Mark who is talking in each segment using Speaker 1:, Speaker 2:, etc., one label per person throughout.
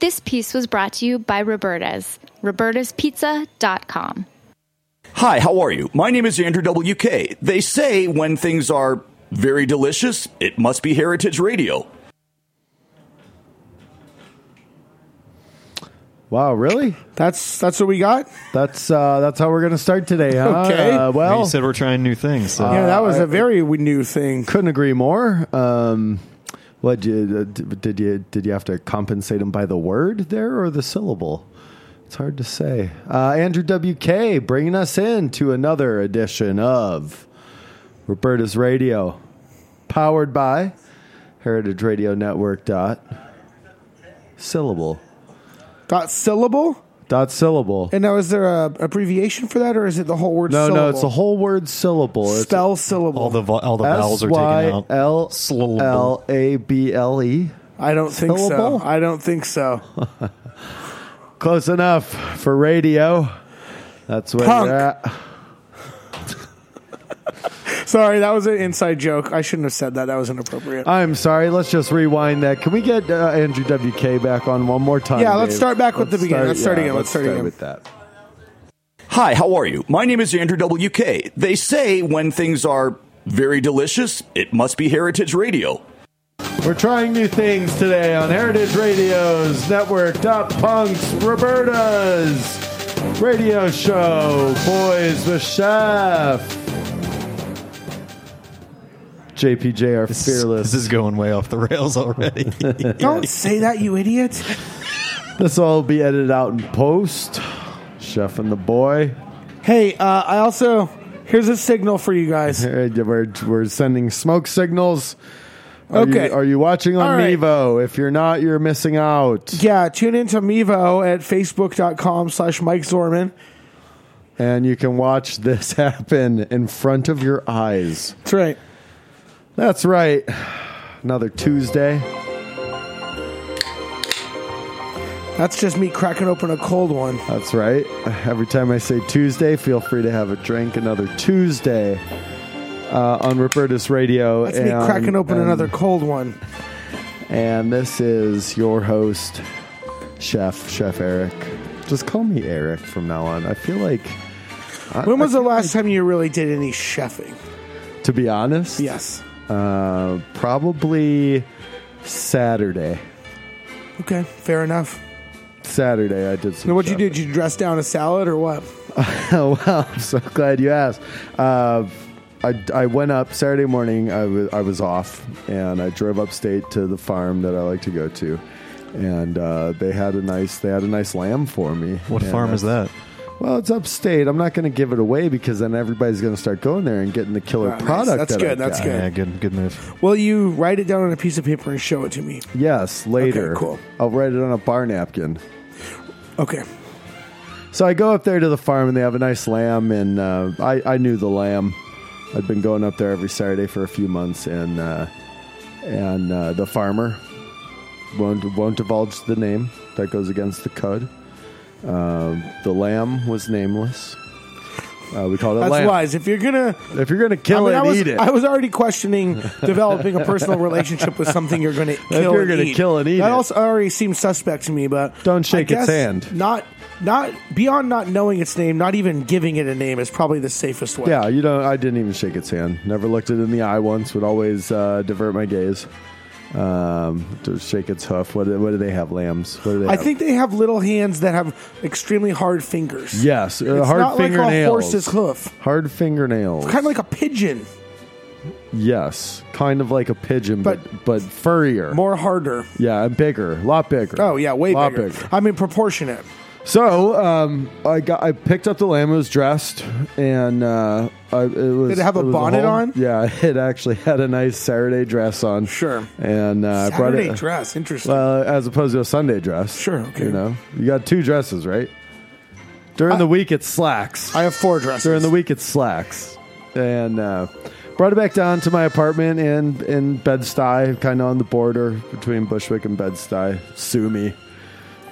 Speaker 1: This piece was brought to you by Roberta's, robertaspizza.com.
Speaker 2: Hi, how are you? My name is Andrew WK. They say when things are very delicious, it must be Heritage Radio.
Speaker 3: Wow, really?
Speaker 4: That's that's what we got.
Speaker 3: That's uh, that's how we're going to start today. Huh?
Speaker 4: Okay.
Speaker 3: Uh, well, uh,
Speaker 5: you said we're trying new things. So.
Speaker 4: yeah, that was a very we- new thing.
Speaker 3: couldn't agree more. Um, what did you, uh, d- did you did you have to compensate him by the word there or the syllable? It's hard to say. Uh, Andrew WK bringing us in to another edition of Roberta's Radio, powered by Heritage Radio Network. Dot syllable.
Speaker 4: Dot syllable.
Speaker 3: Dot syllable.
Speaker 4: And now, is there a abbreviation for that, or is it the whole word?
Speaker 3: No,
Speaker 4: syllable?
Speaker 3: no, it's a whole word syllable. It's
Speaker 4: spell syllable.
Speaker 5: all the vo- all the
Speaker 3: S
Speaker 5: vowels are
Speaker 3: Y
Speaker 5: taken out.
Speaker 3: L L A B L E.
Speaker 4: I don't think
Speaker 3: syllable?
Speaker 4: so. I don't think so.
Speaker 3: Close enough for radio. That's where
Speaker 4: Punk.
Speaker 3: you're at.
Speaker 4: Sorry, that was an inside joke. I shouldn't have said that. That was inappropriate.
Speaker 3: I'm sorry. Let's just rewind that. Can we get uh, Andrew WK back on one more time?
Speaker 4: Yeah, let's
Speaker 3: Dave?
Speaker 4: start back with the beginning. Let's start again. Let's start again.
Speaker 3: with that.
Speaker 2: Hi, how are you? My name is Andrew WK. They say when things are very delicious, it must be Heritage Radio.
Speaker 3: We're trying new things today on Heritage Radio's Network Dot Punks Roberta's radio show Boys with Chef. JPJ are
Speaker 5: This-
Speaker 3: fearless.
Speaker 5: This is going way off the rails already.
Speaker 4: Don't say that, you idiot.
Speaker 3: This will all be edited out in post. Chef and the boy.
Speaker 4: Hey, uh, I also here's a signal for you guys.
Speaker 3: Uh, We're, we're sending smoke signals. Are
Speaker 4: Okay.
Speaker 3: You, are you watching on
Speaker 4: All right.
Speaker 3: Mevo? If you're not, you're missing out.
Speaker 4: Yeah, tune in to Mevo at facebook.com slash Mike Zorman.
Speaker 3: And you can watch this happen in front of your eyes.
Speaker 4: That's right.
Speaker 3: That's right. Another Tuesday.
Speaker 4: That's just me cracking open a cold one.
Speaker 3: That's right. Every time I say Tuesday, feel free to have a drink. Another Tuesday uh, on Robertus Radio.
Speaker 4: That's me cracking open
Speaker 3: and-
Speaker 4: another cold one.
Speaker 3: And this is your host, Chef, Chef Eric. Just call me Eric from now on. I feel like,
Speaker 4: When was the last time you really did any chefing?
Speaker 3: to be honest,
Speaker 4: Yes.
Speaker 3: uh, probably Saturday.
Speaker 4: Okay, fair enough.
Speaker 3: Saturday, I did some.
Speaker 4: Now, what'd you do? Did you dress down a salad or what?
Speaker 3: oh wow! I'm so glad you asked. Uh, I, I went up Saturday morning. I was I was off, and I drove upstate to the farm that I like to go to, and uh, they had a nice they had a nice lamb for me.
Speaker 5: what
Speaker 3: And
Speaker 5: farm is
Speaker 3: that's-
Speaker 5: that?
Speaker 3: Well, it's upstate. I'm not going to give it away because then everybody's going to start going there and getting the killer
Speaker 4: Ah, nice.
Speaker 3: product.
Speaker 4: That's
Speaker 3: that
Speaker 4: good,
Speaker 3: I
Speaker 4: that's
Speaker 3: got.
Speaker 4: good.
Speaker 5: Yeah, good good move.
Speaker 4: Will you write it down on a piece of paper and show it to me?
Speaker 3: Yes, later.
Speaker 4: Okay, cool.
Speaker 3: I'll write it on a bar napkin.
Speaker 4: Okay.
Speaker 3: So I go up there to the farm and they have a nice lamb, and uh, I I knew the lamb. I'd been going up there every Saturday for a few months, and uh, and uh, the farmer won't won't divulge the name. That goes against the code. Um, the lamb was nameless. Uh, we called it
Speaker 4: That's
Speaker 3: lamb.
Speaker 4: wise. If you're gonna
Speaker 3: If you're gonna kill it,
Speaker 4: I was,
Speaker 3: eat it.
Speaker 4: I was already questioning developing a personal relationship with something you're going to kill.
Speaker 3: you're
Speaker 4: and
Speaker 3: gonna
Speaker 4: eat.
Speaker 3: kill and eat
Speaker 4: That
Speaker 3: it.
Speaker 4: also already seems suspect to me, but
Speaker 3: Don't
Speaker 4: I
Speaker 3: shake its
Speaker 4: guess
Speaker 3: hand.
Speaker 4: Not, not beyond not knowing its name, not even giving it a name is probably the safest way.
Speaker 3: yeah, you know, I didn't even shake its hand. Never looked it in the eye once. Would always uh, divert my gaze. Um, to shake its hoof. What do, what do they have? Lambs. What do they
Speaker 4: I
Speaker 3: have?
Speaker 4: think they have little hands that have extremely hard fingers.
Speaker 3: Yes, uh,
Speaker 4: it's
Speaker 3: hard
Speaker 4: not
Speaker 3: fingernails.
Speaker 4: like a horse's hoof.
Speaker 3: Hard fingernails.
Speaker 4: Kind of like a pigeon,
Speaker 3: yes, kind of like a pigeon, but but, furrier.
Speaker 4: more harder.
Speaker 3: yeah, and bigger, a lot bigger.
Speaker 4: Oh yeah, way
Speaker 3: lot
Speaker 4: bigger. I mean, proportionate.
Speaker 3: So um, I got I picked up the lamb. It was dressed, and uh, I, it was.
Speaker 4: Did it have a
Speaker 3: was
Speaker 4: bonnet
Speaker 3: whole-
Speaker 4: on?
Speaker 3: Yeah, it actually had a nice Saturday dress on.
Speaker 4: Sure.
Speaker 3: And uh, I brought
Speaker 4: Saturday
Speaker 3: it.
Speaker 4: dress, interesting.
Speaker 3: Well, as opposed to a Sunday dress.
Speaker 4: Sure, okay.
Speaker 3: You know, you got two dresses, right? During the week, it's slacks.
Speaker 4: I have four dresses.
Speaker 3: during the week it's slacks and uh, brought it back down to my apartment in in Bed-Stuy kind of on the border between Bushwick and Bed-Stuy sue me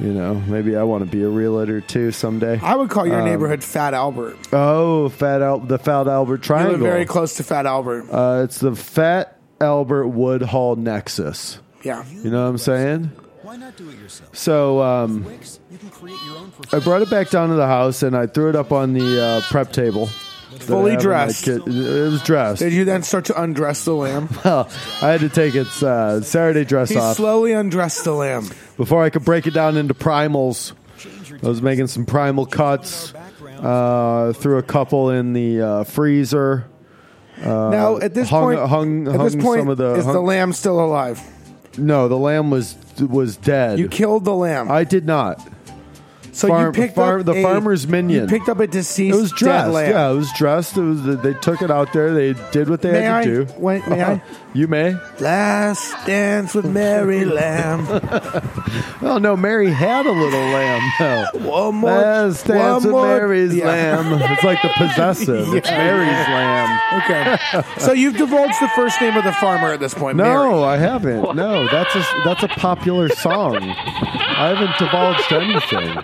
Speaker 3: you know maybe I want to be a realtor too someday
Speaker 4: I would call your
Speaker 3: um,
Speaker 4: neighborhood Fat Albert.
Speaker 3: oh fat Al- the fat Albert
Speaker 4: I
Speaker 3: triangle
Speaker 4: live very close to Fat Albert.
Speaker 3: uh, it's the fat Albert Woodhall nexus
Speaker 4: yeah.
Speaker 3: you know what I'm saying
Speaker 6: Why not do it yourself?
Speaker 3: So um,
Speaker 6: Wix, you can create your own
Speaker 3: I brought it back down to the house and I threw it up on the uh, prep table. that I
Speaker 4: Fully
Speaker 3: have in my
Speaker 4: dressed.
Speaker 3: kit- It was dressed.
Speaker 4: Did you then start to undress the lamb?
Speaker 3: I had to take its uh, Saturday dress
Speaker 4: He
Speaker 3: off
Speaker 4: slowly undressed the lamb.
Speaker 3: before I could break it down into primals. I was making some primal cuts. Uh, threw a couple in the uh, freezer.
Speaker 4: now at this
Speaker 3: Uh, hung-
Speaker 4: point,
Speaker 3: hung-
Speaker 4: at this
Speaker 3: hung
Speaker 4: point,
Speaker 3: some of the-
Speaker 4: is the
Speaker 3: hung-
Speaker 4: lamb still alive?
Speaker 3: No, the lamb was was dead.
Speaker 4: You killed the lamb.
Speaker 3: I did not.
Speaker 4: so
Speaker 3: farm-
Speaker 4: you picked
Speaker 3: farm-
Speaker 4: up
Speaker 3: the
Speaker 4: a-
Speaker 3: farmer's minion.
Speaker 4: You picked up a deceased
Speaker 3: It was
Speaker 4: dead
Speaker 3: dressed.
Speaker 4: lamb.
Speaker 3: Yeah, it was dressed. It was. They took it out there. They did what they
Speaker 4: May
Speaker 3: had to
Speaker 4: I-
Speaker 3: do.
Speaker 4: wait, may I?
Speaker 3: You may.
Speaker 4: Last dance with Mary Lamb.
Speaker 3: Well, Oh, no, Mary had a little lamb. though.
Speaker 4: One more.
Speaker 3: Yes, dance
Speaker 4: one
Speaker 3: with
Speaker 4: more-
Speaker 3: Mary's
Speaker 4: Yeah.
Speaker 3: lamb. It's like the possessive. It's Mary's lamb.
Speaker 4: Okay. so you've divulged the first name of the farmer at this point. Mary.
Speaker 3: No, I haven't. No, that's a that's a popular song. I haven't divulged anything.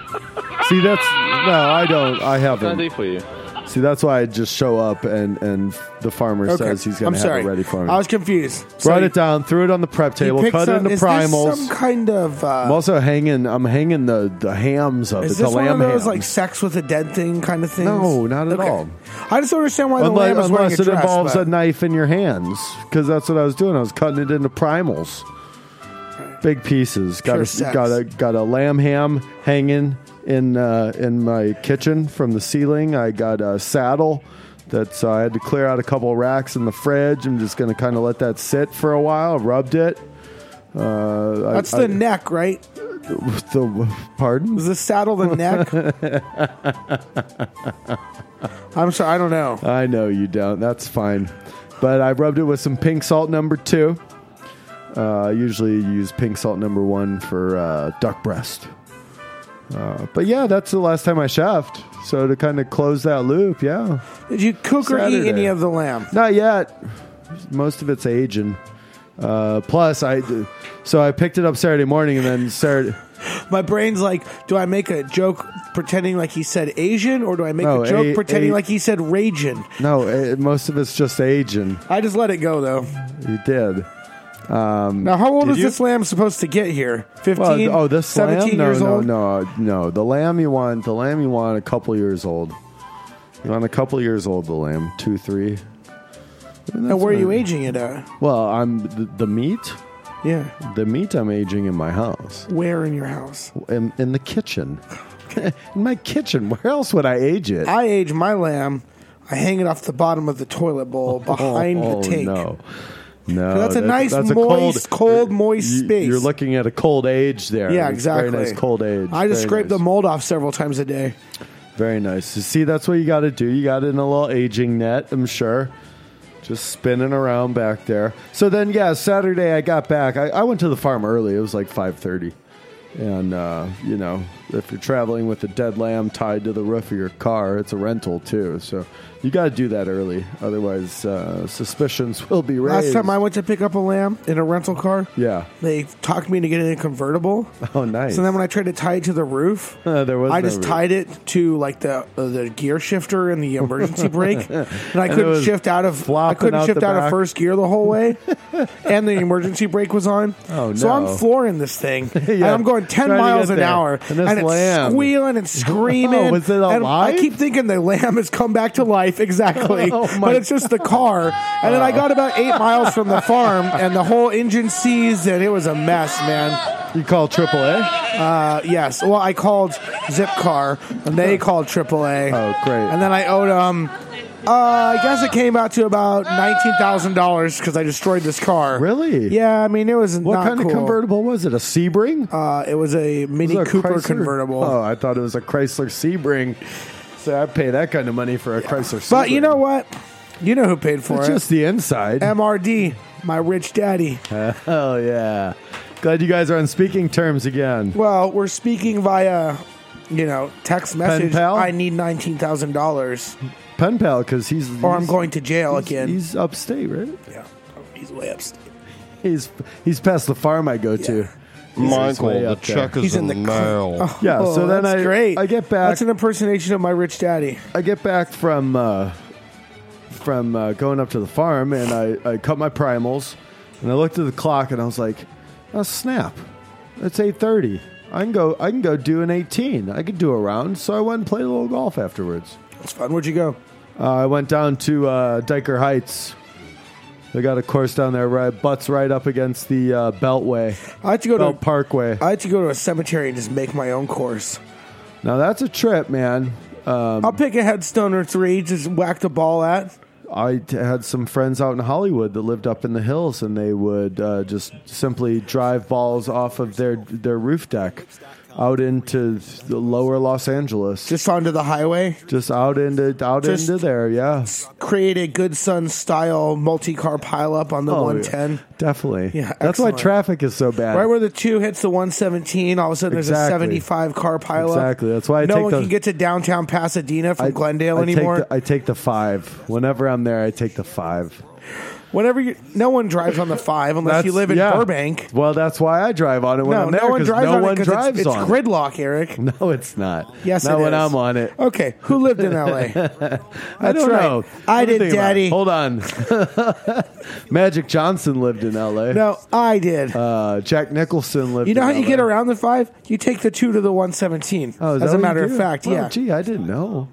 Speaker 3: See, that's no, I don't. I haven't.
Speaker 7: Sunday for you.
Speaker 3: See, that's why I just show up and and the farmer
Speaker 4: Okay.
Speaker 3: says he's
Speaker 4: I'm
Speaker 3: gonna have
Speaker 4: sorry.
Speaker 3: it ready for me.
Speaker 4: I was confused. So
Speaker 3: Brought
Speaker 4: you-
Speaker 3: it down, threw it on the prep
Speaker 4: you
Speaker 3: table,
Speaker 4: picked
Speaker 3: cut
Speaker 4: some-
Speaker 3: it into
Speaker 4: is
Speaker 3: primals.
Speaker 4: This some kind of.
Speaker 3: I'm
Speaker 4: Uh,
Speaker 3: also hanging. I'm hanging the the hams of it.
Speaker 4: is
Speaker 3: the
Speaker 4: this one of
Speaker 3: lamb
Speaker 4: those like
Speaker 3: hams.
Speaker 4: sex with a dead thing kind of thing?
Speaker 3: No, not at all.
Speaker 4: I just don't understand why the
Speaker 3: unless,
Speaker 4: lamb is wearing a
Speaker 3: unless it
Speaker 4: dress.
Speaker 3: involves
Speaker 4: but-
Speaker 3: a knife in your hands, because that's what I was doing. I was cutting it into primals, big pieces. Got
Speaker 4: Pure
Speaker 3: a,
Speaker 4: sex.
Speaker 3: got a got a lamb ham hanging in uh, in my kitchen from the ceiling. I got a saddle that's uh, I had to clear out a couple racks in the fridge. I'm just gonna kind of let that sit for a while. Rubbed it. Uh, I-
Speaker 4: That's
Speaker 3: I-
Speaker 4: the neck, right?
Speaker 3: the pardon.
Speaker 4: Is the saddle the neck? I'm sorry, I don't know.
Speaker 3: I know you don't. That's fine. But I rubbed it with some pink salt number two. Uh, I usually use pink salt number one for uh, duck breast. Uh, but yeah, that's the last time I chefed. So to kind of close that loop, yeah.
Speaker 4: Did you cook or eat
Speaker 3: Saturday.
Speaker 4: any of the lamb?
Speaker 3: Not yet. Most of it's aging. Uh, plus, I so I picked it up Saturday morning and then Saturday.
Speaker 4: My brain's like, do I make a joke pretending like he said Asian, or do I make
Speaker 3: No,
Speaker 4: a joke
Speaker 3: a-
Speaker 4: pretending
Speaker 3: a-
Speaker 4: like he said Ragin?
Speaker 3: No, it, most of it's just aging.
Speaker 4: I just let it go though.
Speaker 3: You did.
Speaker 4: Now, how old
Speaker 3: Did
Speaker 4: is
Speaker 3: you?
Speaker 4: this lamb supposed to get here?
Speaker 3: Well,
Speaker 4: Fifteen?
Speaker 3: oh, this lamb?
Speaker 4: seventeen
Speaker 3: No,
Speaker 4: years
Speaker 3: no,
Speaker 4: old.
Speaker 3: no, no. The lamb you want, the lamb you want, a couple years old. You want a couple years old, the lamb, two, three.
Speaker 4: And where are you aging it at?
Speaker 3: Well, I'm the, the meat.
Speaker 4: Yeah,
Speaker 3: The meat I'm aging in my house,
Speaker 4: where in your house?
Speaker 3: in, in the kitchen, in my kitchen. Where else would I age it?
Speaker 4: I age my lamb. I hang it off the bottom of the toilet bowl behind
Speaker 3: oh,
Speaker 4: the tank.
Speaker 3: No, no.
Speaker 4: That's a nice,
Speaker 3: that's a
Speaker 4: moist, cold, moist
Speaker 3: you-
Speaker 4: space.
Speaker 3: You're looking at a cold age there.
Speaker 4: Yeah,
Speaker 3: It's very
Speaker 4: exactly.
Speaker 3: nice cold age.
Speaker 4: I just
Speaker 3: Very
Speaker 4: scrape
Speaker 3: nice.
Speaker 4: the mold off several times a day.
Speaker 3: Very nice. You see, that's what you got to do. You got it in a little aging net, I'm sure. Just spinning around back there. So then, yeah, Saturday I got back. I, I went to the farm early. It was like 5.30. And, uh, you know, if you're traveling with a dead lamb tied to the roof of your car, it's a rental, too. So you got to do that early. Otherwise, uh, suspicions will be raised.
Speaker 4: Last time I went to pick up a lamb in a rental car,
Speaker 3: Yeah.
Speaker 4: they talked me into getting a convertible.
Speaker 3: Oh, nice.
Speaker 4: So then when I tried to tie it to the roof,
Speaker 3: Uh, there was
Speaker 4: I
Speaker 3: no
Speaker 4: just
Speaker 3: roof.
Speaker 4: tied it to like the uh, the gear shifter and the emergency brake, and I
Speaker 3: it
Speaker 4: couldn't
Speaker 3: was
Speaker 4: shift out of I
Speaker 3: flopping
Speaker 4: couldn't
Speaker 3: out
Speaker 4: shift
Speaker 3: the
Speaker 4: out of
Speaker 3: back.
Speaker 4: first gear the whole way, and the emergency brake was on.
Speaker 3: Oh,
Speaker 4: So I'm
Speaker 3: no.
Speaker 4: flooring this thing, and
Speaker 3: Yeah,
Speaker 4: I'm going ten
Speaker 3: trying to
Speaker 4: miles
Speaker 3: get
Speaker 4: an
Speaker 3: there.
Speaker 4: hour,
Speaker 3: And this
Speaker 4: it's
Speaker 3: lamb.
Speaker 4: squealing and screaming.
Speaker 3: Oh, was it
Speaker 4: and
Speaker 3: alive?
Speaker 4: I keep thinking the lamb has come back to life exactly,
Speaker 3: Oh, my
Speaker 4: but it's just the car. And then I got about eight miles from the farm, and the whole engine seized, and it was a mess, man.
Speaker 3: You call AAA?
Speaker 4: Uh, yes. Well, I called Zipcar, and they called AAA.
Speaker 3: Oh, great.
Speaker 4: And then I owed um, uh, I guess it came out to about nineteen thousand dollars because I destroyed this car.
Speaker 3: Really?
Speaker 4: Yeah. I mean, it was
Speaker 3: What
Speaker 4: not
Speaker 3: kind
Speaker 4: cool.
Speaker 3: of convertible was it? A Sebring?
Speaker 4: Uh, it was a Mini
Speaker 3: Was it a
Speaker 4: Cooper
Speaker 3: Chrysler?
Speaker 4: convertible.
Speaker 3: Oh, I thought it was a Chrysler Sebring. So I'd pay that kind of money for a Chrysler Sebring.
Speaker 4: but you know what? You know who paid for
Speaker 3: It's
Speaker 4: it?
Speaker 3: just the inside.
Speaker 4: MRD, my rich daddy.
Speaker 3: oh, yeah. Glad you guys are on speaking terms again.
Speaker 4: Well, we're speaking via, you know, text message.
Speaker 3: pal?
Speaker 4: I need nineteen thousand dollars,
Speaker 3: Pen pal, because he's.
Speaker 4: or I'm
Speaker 3: he's-
Speaker 4: going to jail
Speaker 3: he's-
Speaker 4: again.
Speaker 3: He's upstate, right?
Speaker 4: yeah. Oh, he's way upstate.
Speaker 3: He's he's past the farm I go to. He's way
Speaker 5: Michael, the
Speaker 3: up there.
Speaker 5: check is
Speaker 4: He's
Speaker 5: a
Speaker 4: in the
Speaker 5: male.
Speaker 3: Yeah,
Speaker 4: Oh,
Speaker 3: so then
Speaker 4: that's
Speaker 3: I
Speaker 4: great.
Speaker 3: I get back.
Speaker 4: That's an impersonation of my rich daddy.
Speaker 3: I get back from uh, from uh, going up to the farm, and I, I cut my primals, and I looked at the clock, and I was like, "Oh snap! It's eight thirty. I can go. I can go do an eighteen. I could do a round. So I went and played a little golf afterwards.
Speaker 4: It's fun. Where'd you go?
Speaker 3: Uh, I went down to uh, Diker Heights. They got a course down there, right? Butts right up against the uh, Beltway,
Speaker 4: I had to go
Speaker 3: Belt
Speaker 4: to
Speaker 3: Parkway.
Speaker 4: I had to go to a cemetery and just make my own course.
Speaker 3: Now that's a trip, man.
Speaker 4: I'll pick a headstone or three, just whack the ball at.
Speaker 3: I t- had some friends out in Hollywood that lived up in the hills, and they would uh, just simply drive balls off of their their roof deck out into the lower Los Angeles,
Speaker 4: Just onto the highway.
Speaker 3: just out into out
Speaker 4: Just-
Speaker 3: into there. Yeah,
Speaker 4: Create a good son style multi car pileup on the
Speaker 3: Oh, yeah.
Speaker 4: 110.
Speaker 3: definitely.
Speaker 4: Yeah,
Speaker 3: that's why
Speaker 4: excellent.
Speaker 3: traffic is so bad.
Speaker 4: Right where the two hits the 117, all of a sudden there's
Speaker 3: Exactly.
Speaker 4: a 75 car pileup.
Speaker 3: Exactly. That's why I
Speaker 4: no
Speaker 3: take
Speaker 4: one
Speaker 3: the-
Speaker 4: can get to downtown Pasadena from
Speaker 3: I-
Speaker 4: Glendale
Speaker 3: I take
Speaker 4: anymore.
Speaker 3: the- I take the five whenever I'm there. I take the five.
Speaker 4: Whenever you, no one drives on the five unless you
Speaker 3: That's-
Speaker 4: live in
Speaker 3: yeah.
Speaker 4: Burbank.
Speaker 3: Well, that's why I drive on it when
Speaker 4: No,
Speaker 3: I'm there.
Speaker 4: no one
Speaker 3: 'cause
Speaker 4: drives
Speaker 3: no
Speaker 4: on
Speaker 3: one
Speaker 4: it 'cause
Speaker 3: drives
Speaker 4: it's, it's
Speaker 3: on it.
Speaker 4: gridlock, Eric.
Speaker 3: No, it's not.
Speaker 4: Yes,
Speaker 3: not
Speaker 4: it
Speaker 3: when
Speaker 4: is.
Speaker 3: I'm on it.
Speaker 4: Okay, who lived in L.A.?
Speaker 3: I
Speaker 4: That's
Speaker 3: don't
Speaker 4: right.
Speaker 3: know.
Speaker 4: I
Speaker 3: Let me
Speaker 4: did,
Speaker 3: think about
Speaker 4: Daddy.
Speaker 3: it. Hold on. Magic Johnson lived in L.A.
Speaker 4: no, I did.
Speaker 3: Uh, Jack Nicholson lived.
Speaker 4: you know
Speaker 3: in
Speaker 4: how you
Speaker 3: LA.
Speaker 4: get around the five? You take the two to the 117.
Speaker 3: Oh, is that what
Speaker 4: As a
Speaker 3: you
Speaker 4: matter of
Speaker 3: do?
Speaker 4: fact,
Speaker 3: Well,
Speaker 4: yeah.
Speaker 3: Gee, I didn't know.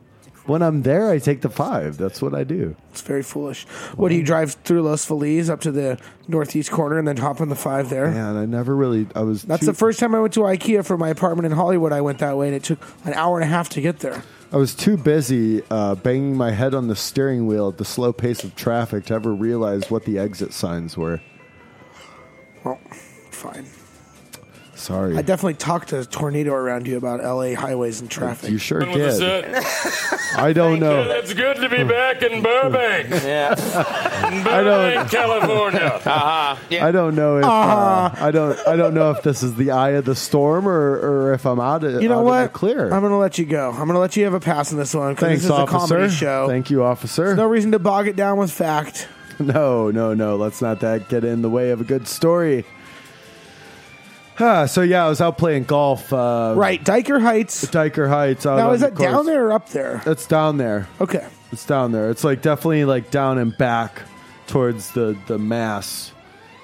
Speaker 3: When I'm there, I take the five. That's what I do.
Speaker 4: It's very foolish. What do you drive through Los Feliz up to the northeast corner and then hop on the five there?
Speaker 3: Man, I never really. I was.
Speaker 4: That's
Speaker 3: too,
Speaker 4: the first time I went to IKEA for my apartment in Hollywood. I went that way, and it took an hour and a half to get there.
Speaker 3: I was too busy uh, banging my head on the steering wheel at the slow pace of traffic to ever realize what the exit signs were.
Speaker 4: Well, fine.
Speaker 3: Sorry.
Speaker 4: I definitely talked to Tornado around you about LA highways and traffic.
Speaker 3: you sure
Speaker 7: With us,
Speaker 3: did.
Speaker 7: uh,
Speaker 3: I don't know.
Speaker 7: It's good to be back in Burbank. Yeah.
Speaker 3: don't-
Speaker 7: Burbank, California.
Speaker 3: I don't know if uh,
Speaker 4: Ah.
Speaker 3: I don't I don't know if this is the eye of the storm or, or if I'm out of
Speaker 4: You
Speaker 3: out
Speaker 4: know
Speaker 3: of
Speaker 4: what?
Speaker 3: the clear.
Speaker 4: I'm going to let you go. I'm going to let you have a pass on this one because
Speaker 3: Thanks,
Speaker 4: this is a
Speaker 3: officer.
Speaker 4: comedy show.
Speaker 3: Thank you, officer.
Speaker 4: no reason to bog it down with fact.
Speaker 3: No, no, no. Let's not that get in the way of a good story. Huh, so yeah, I was out playing golf. Uh,
Speaker 4: Right, Diker Heights.
Speaker 3: Diker Heights. Out
Speaker 4: Now,
Speaker 3: on
Speaker 4: is
Speaker 3: the
Speaker 4: that down
Speaker 3: course.
Speaker 4: there or up there?
Speaker 3: It's down there.
Speaker 4: Okay.
Speaker 3: It's down there. It's like definitely like down and back towards the the mass.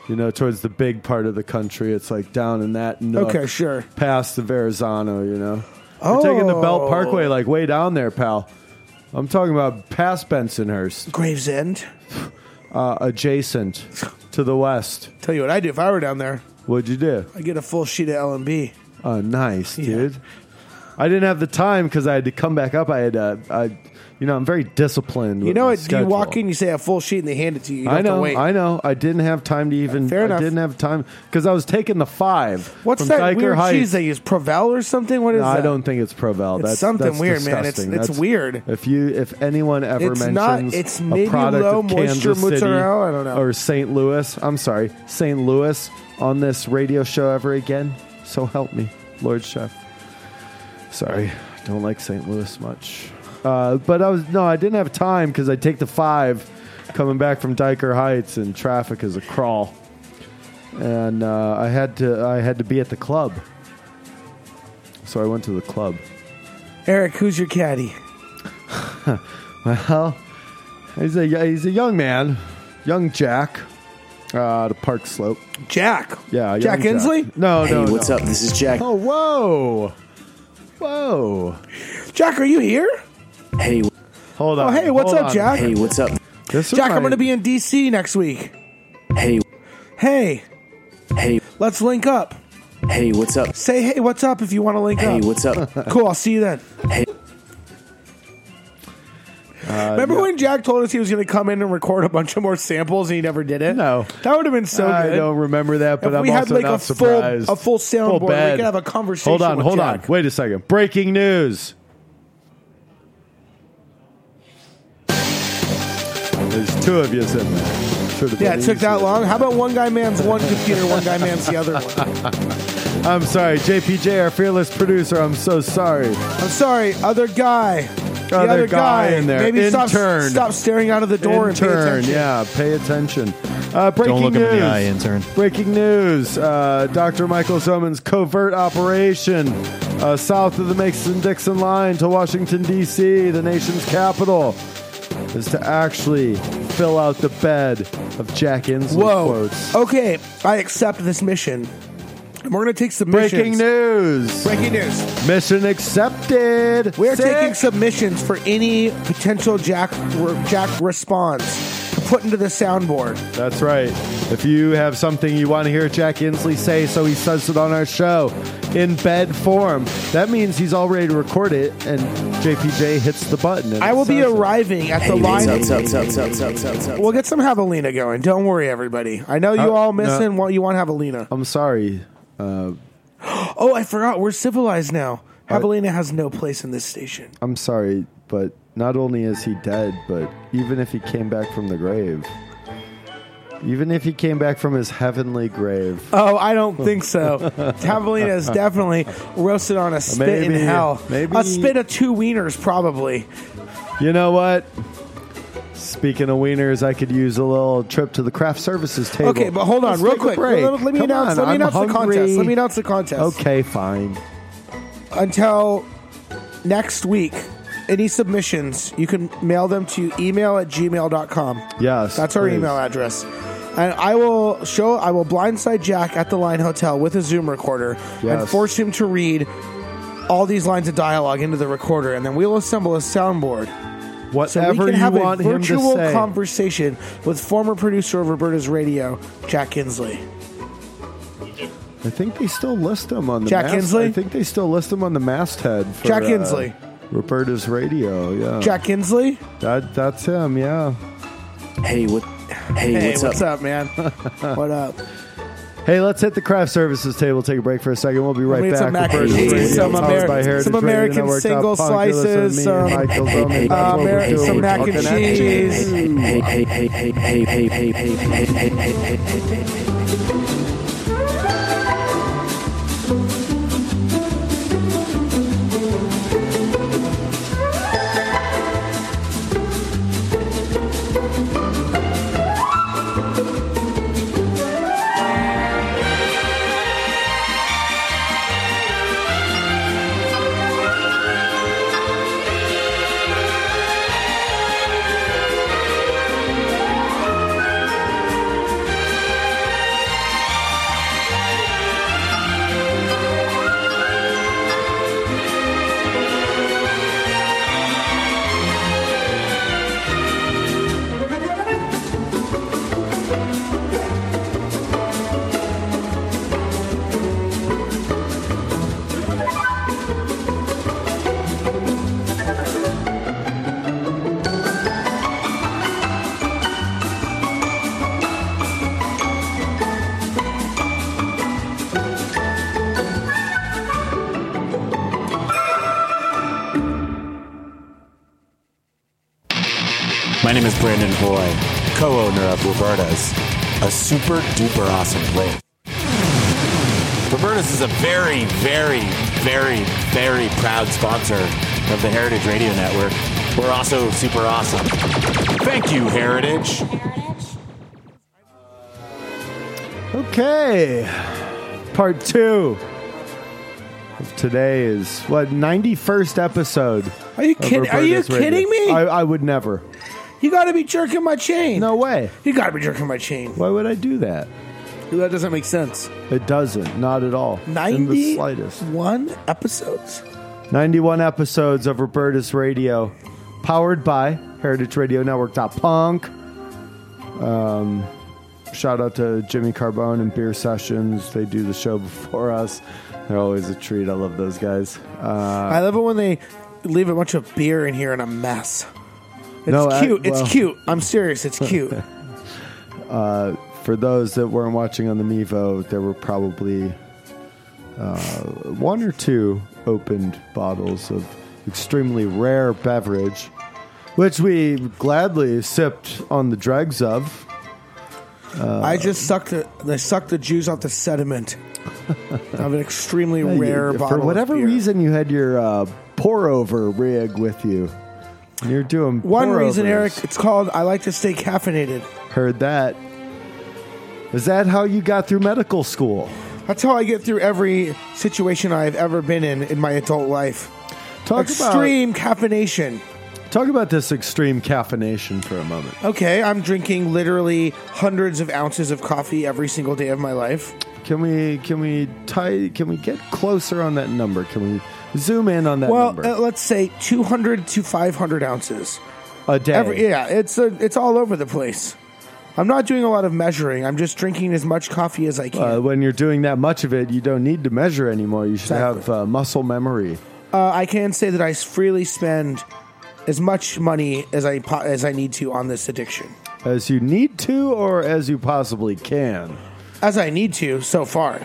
Speaker 3: You know, towards the big part of the country. It's like down in that nook.
Speaker 4: Okay, sure.
Speaker 3: Past the Verrazano, you know. We're taking the Belt
Speaker 4: Oh.
Speaker 3: Parkway like way down there, pal. I'm talking about past Bensonhurst,
Speaker 4: Gravesend.
Speaker 3: uh, adjacent to the west.
Speaker 4: Tell you what I do if I were down there.
Speaker 3: What'd you do?
Speaker 4: I get a full sheet of L and B.
Speaker 3: Oh, nice,
Speaker 4: Yeah.
Speaker 3: dude. I didn't have the time because I had to come back up. I had, uh, I, you know, I'm very disciplined.
Speaker 4: You
Speaker 3: with
Speaker 4: know
Speaker 3: my
Speaker 4: it. You walk
Speaker 3: schedule.
Speaker 4: in, you say a full sheet, and they hand it to you. you don't
Speaker 3: I
Speaker 4: Have to
Speaker 3: know,
Speaker 4: wait.
Speaker 3: I know. I didn't have time to even.
Speaker 4: Fair enough.
Speaker 3: I didn't have time because I was taking the five.
Speaker 4: What's
Speaker 3: from
Speaker 4: that
Speaker 3: Diker
Speaker 4: weird
Speaker 3: Heights.
Speaker 4: cheese they use? Provel or something? What is
Speaker 3: No,
Speaker 4: that?
Speaker 3: I don't think it's Provel.
Speaker 4: It's
Speaker 3: that's
Speaker 4: something
Speaker 3: that's
Speaker 4: weird, man. It's-
Speaker 3: disgusting.
Speaker 4: it's
Speaker 3: That's-
Speaker 4: weird.
Speaker 3: If you, if anyone ever
Speaker 4: It's not-
Speaker 3: mentions,
Speaker 4: it's
Speaker 3: a
Speaker 4: maybe
Speaker 3: product
Speaker 4: low
Speaker 3: of
Speaker 4: moisture
Speaker 3: Kansas City
Speaker 4: mozzarella, I don't know.
Speaker 3: or St. Louis. I'm sorry, St. Louis on this radio show ever again. So help me, Lord Chef. Sorry, I don't like St. Louis much. Uh, but I was no, I didn't have time because I take the five coming back from Diker Heights, and traffic is a crawl. And uh, I had to, I had to be at the club, so I went to the club.
Speaker 4: Eric, who's your caddy?
Speaker 3: Well, he's a he's a young man, young Jack, uh, to Park Slope.
Speaker 4: Jack.
Speaker 3: Yeah, young
Speaker 4: Jack Insley.
Speaker 3: No, no.
Speaker 8: Hey, what's
Speaker 3: no.
Speaker 8: up? This is Jack.
Speaker 3: Oh, whoa, whoa.
Speaker 4: Jack, are you here?
Speaker 8: Hey, w-
Speaker 3: Hold on.
Speaker 4: Oh, hey, what's
Speaker 3: Uh, hold
Speaker 4: up,
Speaker 3: on.
Speaker 4: Jack?
Speaker 8: hey, what's up?
Speaker 3: This
Speaker 4: Jack, I'm
Speaker 3: remind-
Speaker 4: going to be in D.C. next week.
Speaker 8: Hey,
Speaker 4: Hey,
Speaker 8: hey,
Speaker 4: let's link up.
Speaker 8: hey, what's up?
Speaker 4: Say hey, what's up if you want to link
Speaker 8: Hey,
Speaker 4: up.
Speaker 8: what's up?
Speaker 4: cool, I'll see you then.
Speaker 8: Hey.
Speaker 4: Uh, Remember when Jack told us he was going to come in and record a bunch of more samples and he never did it?
Speaker 3: No.
Speaker 4: that would have been so
Speaker 3: I
Speaker 4: good.
Speaker 3: don't remember that, but
Speaker 4: If
Speaker 3: I'm
Speaker 4: we had,
Speaker 3: also
Speaker 4: like,
Speaker 3: not
Speaker 4: a full-
Speaker 3: surprised.
Speaker 4: a full soundboard, we
Speaker 3: bed.
Speaker 4: could have a conversation
Speaker 3: Hold on,
Speaker 4: with
Speaker 3: hold
Speaker 4: Jack.
Speaker 3: on. Wait a second. Breaking news. There's two of you in there. Should've
Speaker 4: Yeah,
Speaker 3: been
Speaker 4: it took
Speaker 3: easier.
Speaker 4: that long. How about one guy man's one computer, one guy man's the other one?
Speaker 3: I'm sorry, JPJ, our fearless producer. I'm so sorry.
Speaker 4: I'm sorry, other guy. The
Speaker 3: Other guy in there.
Speaker 4: Maybe
Speaker 3: Intern.
Speaker 4: stop stop staring out of the door and pay
Speaker 3: intern,
Speaker 4: attention.
Speaker 3: yeah, pay attention. Uh, breaking
Speaker 5: Don't look
Speaker 3: news.
Speaker 5: him in the eye, intern.
Speaker 3: Breaking news: uh, Dr. Michael Zoman's covert operation uh, south of the Mason-Dixon line to Washington D.C., the nation's capital, is to actually fill out the bed of Jack Inslee
Speaker 4: Whoa.
Speaker 5: Oh,
Speaker 3: quotes.
Speaker 4: Okay, I accept this mission. We're going to take submissions.
Speaker 3: Breaking news.
Speaker 4: Breaking news.
Speaker 3: Mission accepted.
Speaker 4: We are
Speaker 3: Sick.
Speaker 4: taking submissions for any potential Jack Jack response to put into the soundboard.
Speaker 3: That's right. If you have something you want to hear Jack Inslee say, so he says it on our show in bed form, that means he's already recorded and JPJ hits the button. and
Speaker 4: I
Speaker 3: it
Speaker 4: will be
Speaker 3: says it.
Speaker 4: arriving at the
Speaker 8: Hey,
Speaker 4: line.
Speaker 8: what's up, what's up, what's up, what's up, what's up, what's up?
Speaker 4: We'll get some javelina going. Don't worry, everybody. I know you
Speaker 3: Oh,
Speaker 4: all
Speaker 3: no.
Speaker 4: missing what you want javelina.
Speaker 3: I'm sorry.
Speaker 4: Oh, I forgot. We're civilized now. Javelina has no place in this station.
Speaker 3: I'm sorry, but not only is he dead, but even if he came back from the grave, even if he came back from his heavenly grave,
Speaker 4: Oh, I don't think so. Javelina is definitely roasted on a spit in
Speaker 3: Maybe-
Speaker 4: hell.
Speaker 3: maybe-
Speaker 4: A spit of two wieners, probably.
Speaker 3: You know what? Speaking of wieners, I could use a little trip to the craft services table.
Speaker 4: Okay, but hold on,
Speaker 3: Let's
Speaker 4: real
Speaker 3: take a
Speaker 4: quick.
Speaker 3: break.
Speaker 4: Let, let me
Speaker 3: Come
Speaker 4: announce.
Speaker 3: on,
Speaker 4: let
Speaker 3: I'm
Speaker 4: me announce the contest.
Speaker 3: hungry.
Speaker 4: Let me announce the contest.
Speaker 3: Okay, fine.
Speaker 4: until next week any submissions you can mail them to email at gmail.com
Speaker 3: Yes,
Speaker 4: that's our
Speaker 3: please.
Speaker 4: email address and i will show i will blindside jack at the line hotel with a zoom recorder and
Speaker 3: Yes.
Speaker 4: force him to read all these lines of dialogue into the recorder and then we'll assemble a soundboard so
Speaker 3: Whatever
Speaker 4: we can
Speaker 3: you
Speaker 4: have
Speaker 3: want
Speaker 4: a
Speaker 3: him to
Speaker 4: virtual
Speaker 3: say.
Speaker 4: conversation with former producer of roberta's radio jack kinsley
Speaker 3: I think they still list him on the
Speaker 4: Jack
Speaker 3: mast-
Speaker 4: Hensley?
Speaker 3: I think they still list him on the masthead. For,
Speaker 4: Jack
Speaker 3: uh,
Speaker 4: Hensley.
Speaker 3: Roberta's radio. Yeah,
Speaker 4: jack kinsley
Speaker 3: That, that's him. Yeah.
Speaker 8: Hey, what? Hey,
Speaker 4: hey
Speaker 8: what's, up?
Speaker 4: man what up
Speaker 3: Hey, let's hit the craft services table. Take a break for a second. We'll be right
Speaker 4: We need
Speaker 3: back.
Speaker 4: some mac and
Speaker 3: Roberta's
Speaker 8: cheese,
Speaker 3: Radio,
Speaker 8: some
Speaker 3: powered
Speaker 4: Ameri-
Speaker 3: by Heritage
Speaker 4: some
Speaker 3: Radio
Speaker 4: American
Speaker 3: Network.
Speaker 4: single
Speaker 3: Punk, you listen to
Speaker 4: slices,
Speaker 3: me and
Speaker 4: some-
Speaker 3: Michael Domi.
Speaker 8: uh,
Speaker 3: That's what we're
Speaker 4: Ameri-
Speaker 3: doing.
Speaker 4: some
Speaker 3: We're
Speaker 4: mac and
Speaker 3: talking action.
Speaker 4: cheese.
Speaker 8: Hey, hey, hey, hey, hey, hey, hey, hey, hey, hey, hey, hey, hey, hey, hey.
Speaker 9: My name is Brandon Boy, co-owner of Roberta's, a super duper awesome place. Roberta's is a very, very, very, very proud sponsor of the Heritage Radio Network. We're also super awesome. Thank you, Heritage.
Speaker 3: Okay. Part two of today is what 91st episode.
Speaker 4: Are you
Speaker 3: of
Speaker 4: kidding? Are you
Speaker 3: Roberta's Radio.
Speaker 4: kidding me?
Speaker 3: I, I would never.
Speaker 4: you got to be jerking my chain.
Speaker 3: No way.
Speaker 4: you got to be jerking my chain.
Speaker 3: Why would I do that?
Speaker 4: That doesn't make sense.
Speaker 3: It doesn't. Not at all. In the slightest.
Speaker 4: Ninety-one episodes.
Speaker 3: 91 episodes of Roberta's Radio, powered by heritageradionetwork.punk. Um, shout out to Jimmy Carbone and Beer Sessions. They do the show before us. They're always a treat. I love those guys. Uh.
Speaker 4: I love it when they leave a bunch of beer in here in a mess. It's
Speaker 3: No, I-
Speaker 4: cute.
Speaker 3: well- Uh.
Speaker 4: it's cute. I'm serious. It's cute.
Speaker 3: for those that weren't watching on the Mevo, there were probably uh, one or two opened bottles of extremely rare beverage, which we gladly sipped on the dregs of.
Speaker 4: I just sucked the they sucked the juice off the sediment of an extremely
Speaker 3: Yeah, you-
Speaker 4: rare bottle.
Speaker 3: For
Speaker 4: of
Speaker 3: whatever
Speaker 4: beer.
Speaker 3: reason, you had your uh, pour over rig with you. You're doing
Speaker 4: One
Speaker 3: pour
Speaker 4: reason,
Speaker 3: overs.
Speaker 4: Eric, it's called I like to stay caffeinated.
Speaker 3: Heard that. Is that how you got through medical school?
Speaker 4: That's how I get through every situation I've ever been in in my adult life.
Speaker 3: Talk
Speaker 4: Extreme caffeination.
Speaker 3: about talk about this extreme caffeination for a moment.
Speaker 4: Okay, I'm drinking literally hundreds of ounces of coffee every single day of my life.
Speaker 3: Can we can we tie can we get closer on that number? Can we zoom in on that
Speaker 4: well,
Speaker 3: number?
Speaker 4: uh, let's say 200 to 500 ounces.
Speaker 3: a day.
Speaker 4: Every, yeah, it's a, it's all over the place. I'm not doing a lot of measuring. I'm just drinking as much coffee as I can.
Speaker 3: uh, when you're doing that much of it, you don't need to measure anymore. You should
Speaker 4: Exactly.
Speaker 3: have uh, muscle memory.
Speaker 4: Uh, I can say that I freely spend as much money as I po- as I need to on this addiction,
Speaker 3: As you need to, or as you possibly can.
Speaker 4: as I need to so far.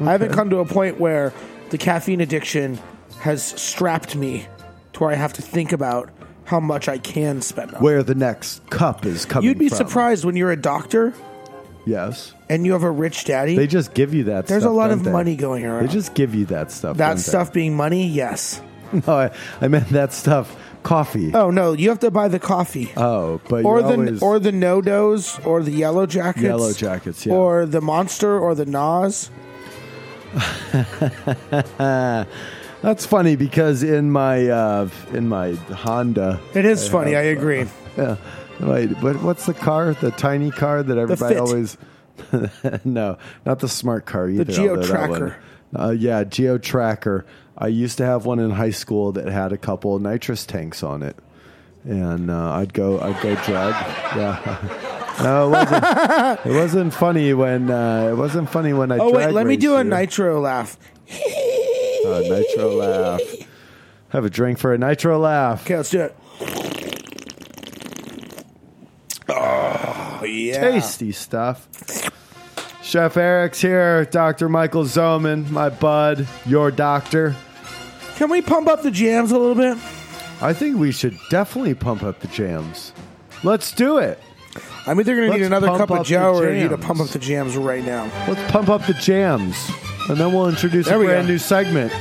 Speaker 4: I haven't come to a point where the caffeine addiction has strapped me to where I have to think about how much I can spend. On. it.
Speaker 3: Where the next cup is coming.
Speaker 4: You'd be
Speaker 3: from.
Speaker 4: surprised when you're a doctor
Speaker 3: Yes,
Speaker 4: and you have a rich daddy.
Speaker 3: they just give you that.
Speaker 4: There's
Speaker 3: stuff,
Speaker 4: a lot
Speaker 3: don't
Speaker 4: of
Speaker 3: they?
Speaker 4: money going around.
Speaker 3: They just give you that stuff. don't
Speaker 4: that
Speaker 3: they?
Speaker 4: stuff being money, yes.
Speaker 3: No, I, I meant that stuff. Coffee.
Speaker 4: Oh no, you have to buy the coffee.
Speaker 3: Oh, but
Speaker 4: or
Speaker 3: you're
Speaker 4: the
Speaker 3: always-
Speaker 4: or the no dos or the yellow jackets,
Speaker 3: Yellow Jackets, yeah.
Speaker 4: or the monster or the Nas.
Speaker 3: That's funny because in my uh, in my Honda,
Speaker 4: It is funny. I agree.
Speaker 3: yeah, wait, what, what's the car? The tiny car that everybody
Speaker 4: Fit.
Speaker 3: always. no, not the smart car either.
Speaker 4: Geo
Speaker 3: although that one-
Speaker 4: Tracker.
Speaker 3: Uh, yeah, Geo Tracker. I used to have one in high school that had a couple nitrous tanks on it, and uh, I'd go, I'd go drag. Yeah. No, it wasn't. it wasn't funny when uh, it wasn't funny when I.
Speaker 4: oh wait,
Speaker 3: drag
Speaker 4: let me
Speaker 3: raced
Speaker 4: do a
Speaker 3: you.
Speaker 4: nitro laugh.
Speaker 3: Uh, nitro laugh. Have a drink for a nitro laugh.
Speaker 4: Okay, let's do it.
Speaker 3: Ah,
Speaker 4: Oh yeah.
Speaker 3: Tasty stuff. Chef Eric's here. Dr. Michael Zoman, my bud, your doctor.
Speaker 4: Can we pump up the jams a little bit?
Speaker 3: I think we should definitely pump up the jams. Let's do it.
Speaker 4: I'm either going to need
Speaker 3: Let's
Speaker 4: another
Speaker 3: pump
Speaker 4: cup
Speaker 3: up
Speaker 4: of Joe
Speaker 3: the
Speaker 4: or I need to
Speaker 3: jams.
Speaker 4: pump up the jams right now.
Speaker 3: Let's pump up the jams. And then we'll introduce
Speaker 4: There
Speaker 3: a
Speaker 4: we
Speaker 3: brand
Speaker 4: go.
Speaker 3: new segment.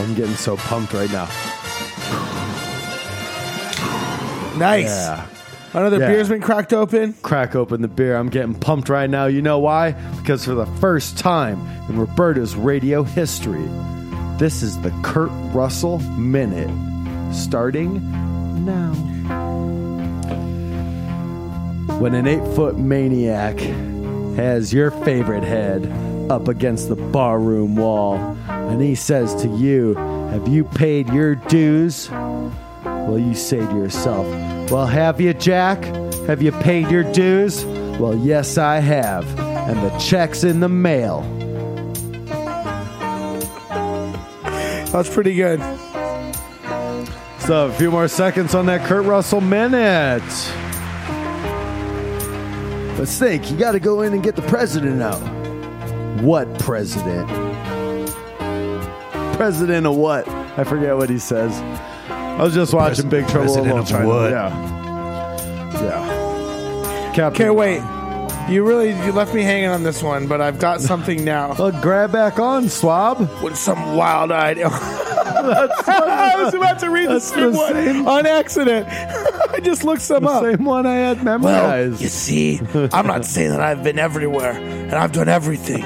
Speaker 3: I'm getting so pumped right now.
Speaker 4: Nice.
Speaker 3: Yeah.
Speaker 4: Another
Speaker 3: Yeah.
Speaker 4: beer's been cracked open.
Speaker 3: crack open the beer. I'm getting pumped right now. You know why? Because for the first time in Roberta's radio history, this is the Kurt Russell Minute starting now. When an eight foot maniac has your favorite head up against the barroom wall and he says to you, Have you paid your dues? Well, you say to yourself, Well, have you, Jack? Have you paid your dues? Well, yes, I have. And the check's in the mail.
Speaker 4: That's pretty good.
Speaker 3: So, a few more seconds on that Kurt Russell minute. Let's think. You got to go in and get the president out. What president? President of what? I forget what he says. I was just watching Big Trouble in
Speaker 5: president
Speaker 3: Little
Speaker 5: of
Speaker 3: China.
Speaker 5: what?
Speaker 3: Yeah. Yeah. Captain.
Speaker 4: Okay, wait. You really you left me hanging on this one, but I've got something now.
Speaker 3: Well, grab back on, Swab.
Speaker 4: when some wild eyed. I was about to read the
Speaker 3: That's
Speaker 4: same
Speaker 3: the
Speaker 4: one
Speaker 3: same-
Speaker 4: on accident. I just looked some
Speaker 3: The
Speaker 4: up.
Speaker 3: same one I had
Speaker 4: well,
Speaker 3: memorized.
Speaker 4: you see, I'm not saying that I've been everywhere and I've done everything,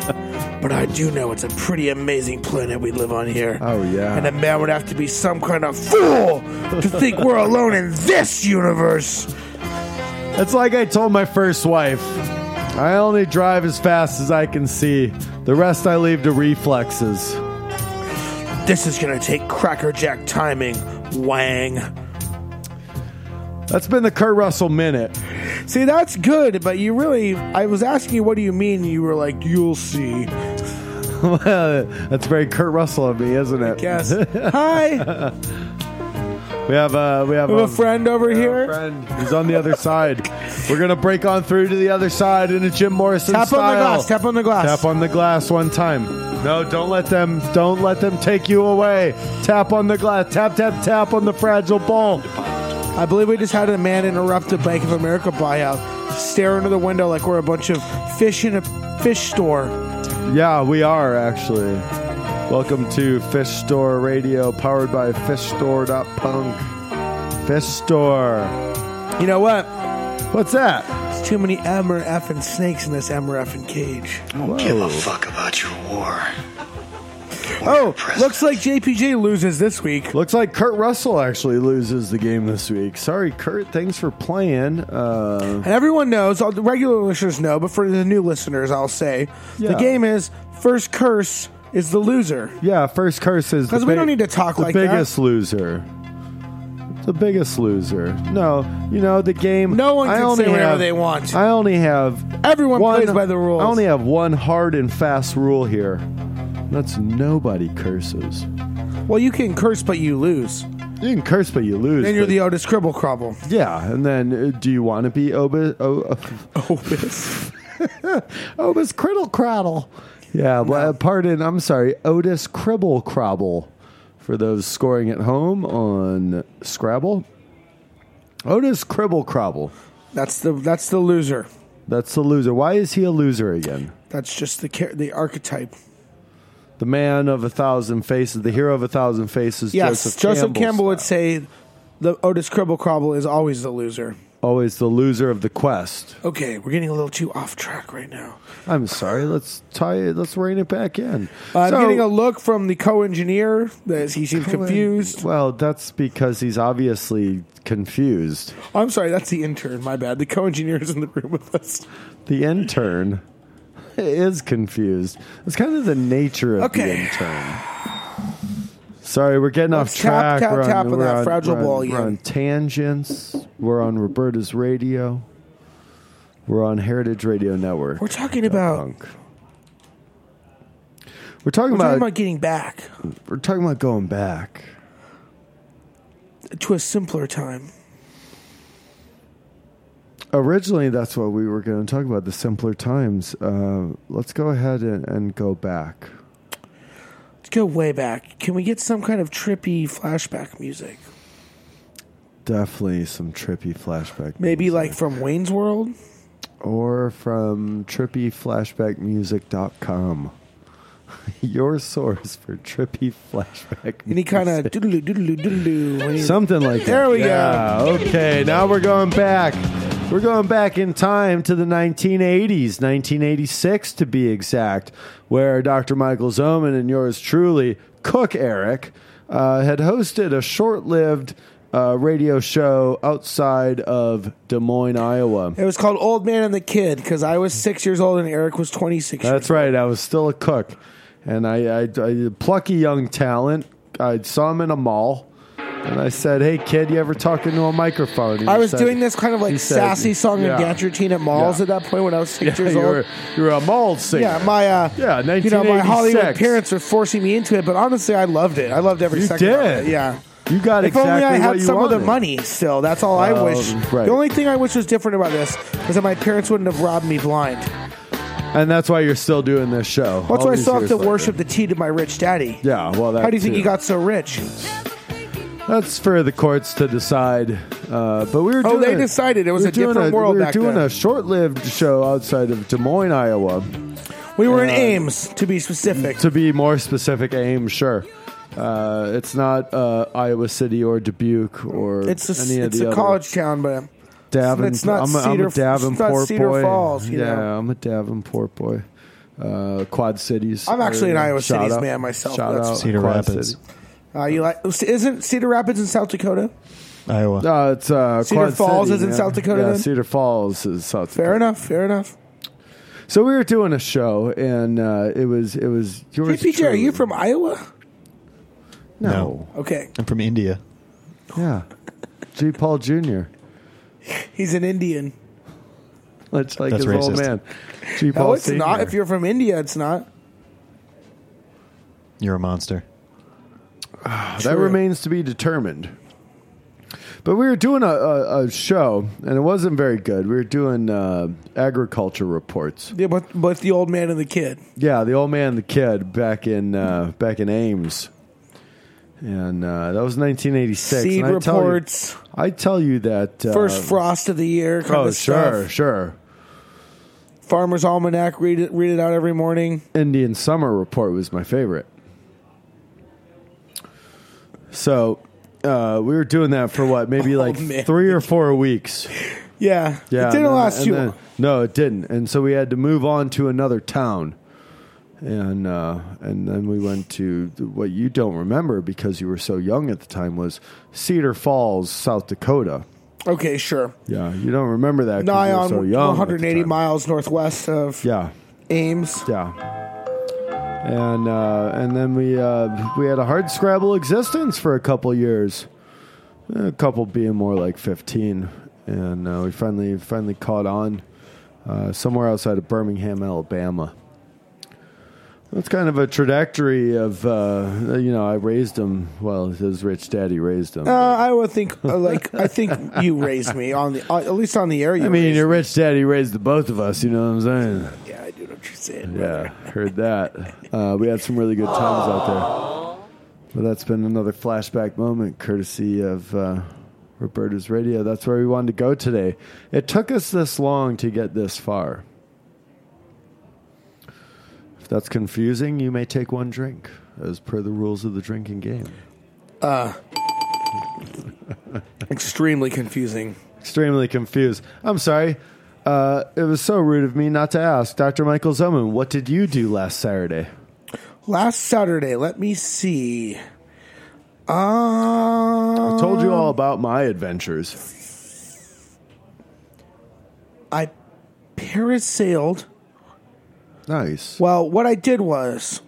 Speaker 4: but I do know it's a pretty amazing planet we live on here.
Speaker 3: Oh, yeah.
Speaker 4: And a man would have to be some kind of fool to think we're alone in this universe.
Speaker 3: It's like I told my first wife. I only drive as fast as I can see. The rest I leave to reflexes.
Speaker 4: This is gonna take crackerjack timing, Wang.
Speaker 3: That's been the Kurt Russell minute.
Speaker 4: See, that's good, but you really. I was asking you, what do you mean? You were like, you'll see.
Speaker 3: That's very Kurt Russell of me, isn't it?
Speaker 4: Yes. Hi.
Speaker 3: We have uh, we have,
Speaker 4: We
Speaker 3: um,
Speaker 4: have a friend over
Speaker 3: we have a
Speaker 4: here.
Speaker 3: friend who's on the other side. We're gonna break on through to the other side in a Jim Morrison
Speaker 4: Tap on the
Speaker 3: style.
Speaker 4: glass, tap on the glass.
Speaker 3: Tap on the glass one time. No, don't let them. Don't let them take you away. Tap on the glass. Tap tap tap on the fragile ball.
Speaker 4: I believe we just had a man interrupt a Bank of America buyout, stare into the window like we're a bunch of fish in a fish store.
Speaker 3: Yeah, we are actually. Welcome to Fish Store Radio, powered by fishstore.punk. Fish Store.
Speaker 4: You know what?
Speaker 3: What's that?
Speaker 4: There's too many emmer effing snakes in this emmer effing cage.
Speaker 3: Whoa.
Speaker 6: Fuck about your war.
Speaker 4: Oh, looks like JPJ loses this week.
Speaker 3: Looks like Kurt Russell actually loses the game this week. Sorry, Kurt. Thanks for playing. Uh,
Speaker 4: And everyone knows, all the regular listeners know, but for the new listeners, I'll say
Speaker 3: Yeah.
Speaker 4: the game is first curse is the loser.
Speaker 3: yeah, first curse is the
Speaker 4: 'Cause we don't need to talk
Speaker 3: the
Speaker 4: like that.
Speaker 3: biggest loser. The biggest loser. No, you know the game.
Speaker 4: No one
Speaker 3: I
Speaker 4: can
Speaker 3: only
Speaker 4: say whatever
Speaker 3: have-
Speaker 4: they want.
Speaker 3: I only have
Speaker 4: Everyone
Speaker 3: one,
Speaker 4: plays by the rules.
Speaker 3: I only have one hard and fast rule here. That's nobody curses.
Speaker 4: well, you can curse, but you lose.
Speaker 3: You can curse, but you lose.
Speaker 4: Then you're
Speaker 3: but-
Speaker 4: the Otis Cribble Crobble.
Speaker 3: yeah, and then uh, do you want to be Obis? Oh, uh, Obis Criddle Craddle. Yeah, well, uh, pardon. I'm sorry, Otis Cribble Crobble. For those scoring at home on Scrabble, Otis Cribble Crobble.
Speaker 4: That's the that's the loser.
Speaker 3: That's the loser. Why is he a loser again?
Speaker 4: That's just the char- the archetype.
Speaker 3: The man of a thousand faces, the hero of a thousand faces.
Speaker 4: Yes,
Speaker 3: Joseph,
Speaker 4: Joseph, Campbell would
Speaker 3: style.
Speaker 4: say the Otis Cribble Crobble is always the loser.
Speaker 3: always the loser of the quest.
Speaker 4: Okay, we're getting a little too off track right now.
Speaker 3: I'm sorry. Let's tie it. Let's rein it back in.
Speaker 4: I'm
Speaker 3: So-
Speaker 4: getting a look from the co-engineer that he seems confused.
Speaker 3: Well, that's because he's obviously confused.
Speaker 4: I'm sorry, that's the intern. My bad. The co-engineer is in the room with us.
Speaker 3: The intern is confused. It's kind of the nature of the
Speaker 4: Okay.
Speaker 3: intern. Sorry, we're getting
Speaker 4: Let's
Speaker 3: off
Speaker 4: tap,
Speaker 3: track.
Speaker 4: tap,
Speaker 3: we're
Speaker 4: tap on
Speaker 3: we're
Speaker 4: that fragile
Speaker 3: we're on-
Speaker 4: wall
Speaker 3: We're
Speaker 4: again.
Speaker 3: on tangents. We're on Roberta's radio. We're on Heritage Radio Network.
Speaker 4: We're talking about
Speaker 3: Punk. We're talking
Speaker 4: we're
Speaker 3: about,
Speaker 4: talking about getting back
Speaker 3: we're talking about going back.
Speaker 4: to a simpler time.
Speaker 3: Originally, that's what we were going to talk about the simpler times. Uh, let's go ahead and, and go back.
Speaker 4: Let's go way back. Can we get some kind of trippy flashback music?
Speaker 3: Definitely some trippy flashback.
Speaker 4: Maybe
Speaker 3: music.
Speaker 4: like from Wayne's World?
Speaker 3: or from trippyflashbackmusic.com. Your source for trippy flashback.
Speaker 4: Any kind of doodaloo doodaloo doodaloo. when you-
Speaker 3: Something like that.
Speaker 4: There we go.
Speaker 3: yeah, go. Okay, now we're going back. We're going back in time to the 1980s, 1986 to be exact, where Dr. Michael Zoman and yours truly, Cook Eric, uh, had hosted a short lived uh, radio show outside of Des Moines, Iowa.
Speaker 4: It was called Old Man and the Kid because I was six years old and Eric was 26 years
Speaker 3: That's right. I was still a cook, and I, I, I plucky young talent. I saw him in a mall, and I said, "Hey kid, you ever talking to a microphone?" And
Speaker 4: I
Speaker 3: he
Speaker 4: was
Speaker 3: said-
Speaker 4: doing this kind of like
Speaker 3: he said-
Speaker 4: sassy song and
Speaker 3: yeah.
Speaker 4: dance routine at malls
Speaker 3: Yeah.
Speaker 4: at that point when I was six years
Speaker 3: you
Speaker 4: old.
Speaker 3: were you were a mall singer.
Speaker 4: yeah, my uh,
Speaker 3: Yeah,
Speaker 4: you know, my Hollywood
Speaker 3: 1986.
Speaker 4: parents were forcing me into it, but honestly, I loved it. I loved every
Speaker 3: You
Speaker 4: second. Of
Speaker 3: did.
Speaker 4: it. Yeah.
Speaker 3: you got
Speaker 4: If
Speaker 3: exactly
Speaker 4: only I
Speaker 3: what
Speaker 4: had
Speaker 3: you
Speaker 4: some of the
Speaker 3: wanted.
Speaker 4: money still. That's all I
Speaker 3: Um,
Speaker 4: wish.
Speaker 3: right.
Speaker 4: The only thing I wish was different about this is that my parents wouldn't have robbed me blind.
Speaker 3: and that's why you're still doing this show. all
Speaker 4: That's why I
Speaker 3: these
Speaker 4: still have
Speaker 3: years
Speaker 4: to
Speaker 3: later.
Speaker 4: worship the tea to my rich daddy.
Speaker 3: Yeah, well, that
Speaker 4: How do you think
Speaker 3: too.
Speaker 4: you got so rich?
Speaker 3: That's for the courts to decide. Uh, but we were
Speaker 4: Oh,
Speaker 3: doing
Speaker 4: they
Speaker 3: a-
Speaker 4: decided. It was
Speaker 3: we were
Speaker 4: a different
Speaker 3: doing
Speaker 4: world
Speaker 3: We were
Speaker 4: back
Speaker 3: doing
Speaker 4: then.
Speaker 3: a short-lived show outside of Des Moines, Iowa.
Speaker 4: We were in
Speaker 3: Yeah.
Speaker 4: Ames, to be specific.
Speaker 3: To be more specific, aim sure. Uh, it's not uh, Iowa City or Dubuque or
Speaker 4: It's a,
Speaker 3: any of
Speaker 4: it's
Speaker 3: the
Speaker 4: a
Speaker 3: other-
Speaker 4: college town, but
Speaker 3: Davenport.
Speaker 4: it's not
Speaker 3: I'm a, I'm
Speaker 4: Cedar-
Speaker 3: a
Speaker 4: it's not
Speaker 3: Davenport
Speaker 4: Cedar
Speaker 3: boy.
Speaker 4: Falls, you
Speaker 3: yeah,
Speaker 4: know.
Speaker 3: I'm a Davenport boy. Uh, Quad Cities.
Speaker 4: I'm actually an
Speaker 3: area.
Speaker 4: Iowa
Speaker 3: Shout
Speaker 4: Cities
Speaker 3: out-
Speaker 4: man myself.
Speaker 3: Shout
Speaker 4: That's-
Speaker 3: out
Speaker 5: Cedar
Speaker 3: Quad
Speaker 5: Rapids,
Speaker 3: City.
Speaker 4: uh, you like isn't Cedar Rapids in South Dakota?
Speaker 5: Iowa.
Speaker 3: No, it's uh,
Speaker 4: Cedar
Speaker 3: Quad
Speaker 4: Falls
Speaker 3: City,
Speaker 4: is in
Speaker 3: man.
Speaker 4: South Dakota,
Speaker 3: Yeah,
Speaker 4: then?
Speaker 3: Cedar Falls is South Dakota.
Speaker 4: Fair enough. Fair enough.
Speaker 3: So we were doing a show, and uh, it was it was yours.
Speaker 4: Hey, PJ, are
Speaker 3: truly.
Speaker 4: you from Iowa?
Speaker 3: No.
Speaker 4: Okay,
Speaker 5: I'm from India.
Speaker 3: Yeah, G. Paul Jr.
Speaker 4: he's an Indian.
Speaker 3: That's like
Speaker 5: That's
Speaker 3: his old
Speaker 5: racist.
Speaker 3: man. G.
Speaker 4: No,
Speaker 3: Paul
Speaker 4: it's not.
Speaker 3: Sr..
Speaker 4: If you're from India, it's not.
Speaker 5: You're a monster.
Speaker 3: That remains to be determined. But we were doing a, a, a show, and it wasn't very good. We were doing uh, agriculture reports.
Speaker 4: Yeah, but but the old man and the kid.
Speaker 3: Yeah, the old man, and the kid, back in uh, back in Ames, and uh, that was 1986.
Speaker 4: Seed
Speaker 3: and I tell you-
Speaker 4: reports.
Speaker 3: I tell you that uh,
Speaker 4: First frost of the year. Kind
Speaker 3: Oh,
Speaker 4: of
Speaker 3: sure,
Speaker 4: Stuff.
Speaker 3: sure.
Speaker 4: Farmer's Almanac. Read it. Read it out every morning.
Speaker 3: Indian Summer Report was my favorite. So uh, we were doing that for what, maybe
Speaker 4: Oh,
Speaker 3: like
Speaker 4: man.
Speaker 3: three or four weeks.
Speaker 4: Yeah.
Speaker 3: Yeah,
Speaker 4: It didn't
Speaker 3: and then-
Speaker 4: last
Speaker 3: and
Speaker 4: too
Speaker 3: then-
Speaker 4: long.
Speaker 3: No, it didn't, and so we had to move on to another town. and uh, and then we went to what you don't remember because you were so young at the time was Cedar Falls, South Dakota.
Speaker 4: Okay, sure.
Speaker 3: Yeah, you don't remember that. 'cause
Speaker 4: Nigh
Speaker 3: you were
Speaker 4: on
Speaker 3: so young at the
Speaker 4: 180
Speaker 3: time.
Speaker 4: miles northwest of
Speaker 3: Yeah,
Speaker 4: Ames.
Speaker 3: yeah. And uh, and then we uh, we had a hard scrabble existence for a couple years, a couple being more like fifteen, and uh, we finally finally caught on uh, somewhere outside of Birmingham, Alabama. That's kind of a trajectory of uh, you know I raised him. Well, his rich daddy raised him.
Speaker 4: Uh, I would think uh, like I think you raised me on the uh, at least on the air. You
Speaker 3: I mean,
Speaker 4: raised
Speaker 3: your
Speaker 4: me.
Speaker 3: rich daddy raised the both of us. You know what I'm saying?
Speaker 4: yeah, I do know what you're saying.
Speaker 3: Yeah, heard that. Uh, we had some really good times out there. But that's been another flashback moment, courtesy of uh, Roberta's radio. That's where we wanted to go today. It took us this long to get this far. If that's confusing, you may take one drink, as per the rules of the drinking game.
Speaker 4: Extremely confusing.
Speaker 3: Extremely confused. I'm sorry. Uh, it was so rude of me not to ask. Dr. Michael Zoman, what did you do last Saturday?
Speaker 4: Last Saturday, let me see. Uh,
Speaker 3: I told you all about my adventures.
Speaker 4: I parasailed.
Speaker 3: Nice.
Speaker 4: Well, what I did was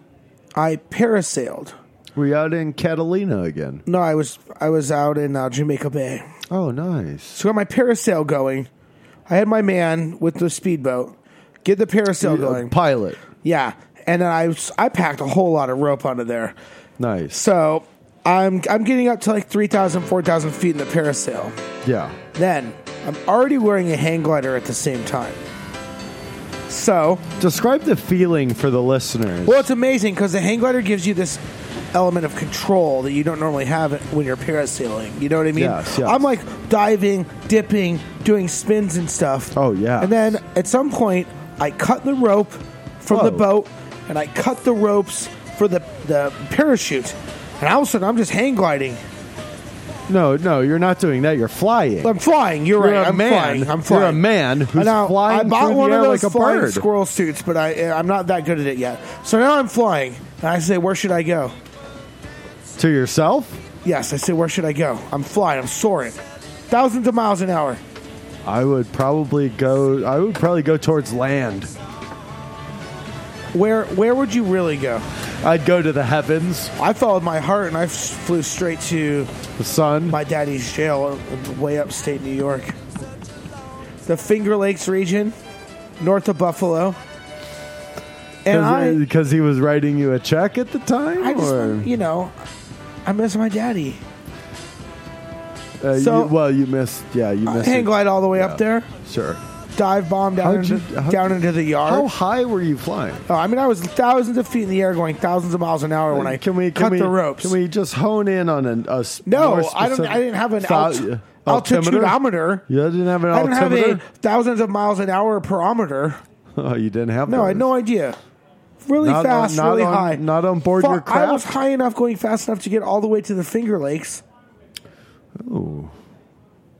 Speaker 4: I parasailed.
Speaker 3: Were you out in Catalina again?
Speaker 4: No, I was I was out in uh, Jamaica Bay.
Speaker 3: Oh, nice.
Speaker 4: So got my parasail going. I had my man with the speedboat. Get the parasail going.
Speaker 3: uh, Pilot.
Speaker 4: Yeah, and then I was- I packed a whole lot of rope onto there.
Speaker 3: Nice.
Speaker 4: So I'm I'm getting up to like 3,000, 4,000 feet in the parasail.
Speaker 3: Yeah.
Speaker 4: Then I'm already wearing a hang glider at the same time. So
Speaker 3: Describe the feeling for the listeners.
Speaker 4: well, it's amazing because the hang glider gives you this element of control that you don't normally have when you're parasailing. You know what I mean?
Speaker 3: Yes, yes.
Speaker 4: I'm like diving, dipping, doing spins and stuff.
Speaker 3: Oh, yeah.
Speaker 4: And then at some point, I cut the rope from the
Speaker 3: Whoa.
Speaker 4: boat, and I cut the ropes for the the parachute. And all of a sudden, I'm just hang gliding.
Speaker 3: No, no, you're not doing that. You're flying.
Speaker 4: I'm flying. You're,
Speaker 3: You're
Speaker 4: right.
Speaker 3: a
Speaker 4: I'm
Speaker 3: man.
Speaker 4: flying. I'm
Speaker 3: You're
Speaker 4: flying.
Speaker 3: a man who's
Speaker 4: now,
Speaker 3: flying
Speaker 4: I bought
Speaker 3: through the
Speaker 4: one
Speaker 3: air
Speaker 4: of those
Speaker 3: like a
Speaker 4: flying
Speaker 3: bird.
Speaker 4: squirrel suits, but I eh, I'm not that good at it yet. So now I'm flying, and I say, where should I go?
Speaker 3: To yourself?
Speaker 4: Yes, I say, where should I go? I'm flying. I'm soaring, thousands of miles an hour.
Speaker 3: I would probably go. I would probably go towards land.
Speaker 4: Where where would you really go?
Speaker 3: I'd go to the heavens,
Speaker 4: I followed my heart, and I s- flew straight to
Speaker 3: the sun.
Speaker 4: my daddy's jail, uh, way upstate New York, the Finger Lakes region, north of Buffalo. And I,
Speaker 3: because uh, he was writing you a check at the time,
Speaker 4: I just,
Speaker 3: or
Speaker 4: you know, I miss my daddy.
Speaker 3: Uh, you-
Speaker 4: so- Uh,
Speaker 3: well, you missed. Yeah, you missed.
Speaker 4: Hang
Speaker 3: it.
Speaker 4: glide all the way
Speaker 3: Yeah.
Speaker 4: up there,
Speaker 3: Sure.
Speaker 4: dive bomb down
Speaker 3: How'd you-
Speaker 4: into,
Speaker 3: how'd
Speaker 4: down
Speaker 3: you-
Speaker 4: into the yard.
Speaker 3: How high were you flying?
Speaker 4: Oh, I mean, I was thousands of feet in the air, going thousands of miles an hour when I
Speaker 3: can we
Speaker 4: cut
Speaker 3: can we,
Speaker 4: the ropes.
Speaker 3: Can we just hone in on an, a s- more
Speaker 4: no, I don't.
Speaker 3: specific
Speaker 4: I didn't have an
Speaker 3: thou- uh,
Speaker 4: alt-
Speaker 3: altimeter?
Speaker 4: altitudeometer.
Speaker 3: You didn't have an
Speaker 4: I didn't have
Speaker 3: altimeter.
Speaker 4: a thousands of miles an hour perometer.
Speaker 3: oh, you didn't have.
Speaker 4: No, I had
Speaker 3: those.
Speaker 4: no idea. Really
Speaker 3: Not on-
Speaker 4: fast,
Speaker 3: not
Speaker 4: really
Speaker 3: on-
Speaker 4: high.
Speaker 3: not on board
Speaker 4: Fuck,
Speaker 3: your
Speaker 4: I was
Speaker 3: craft?
Speaker 4: high enough, going fast enough to get all the way to the Finger Lakes.
Speaker 3: Ooh.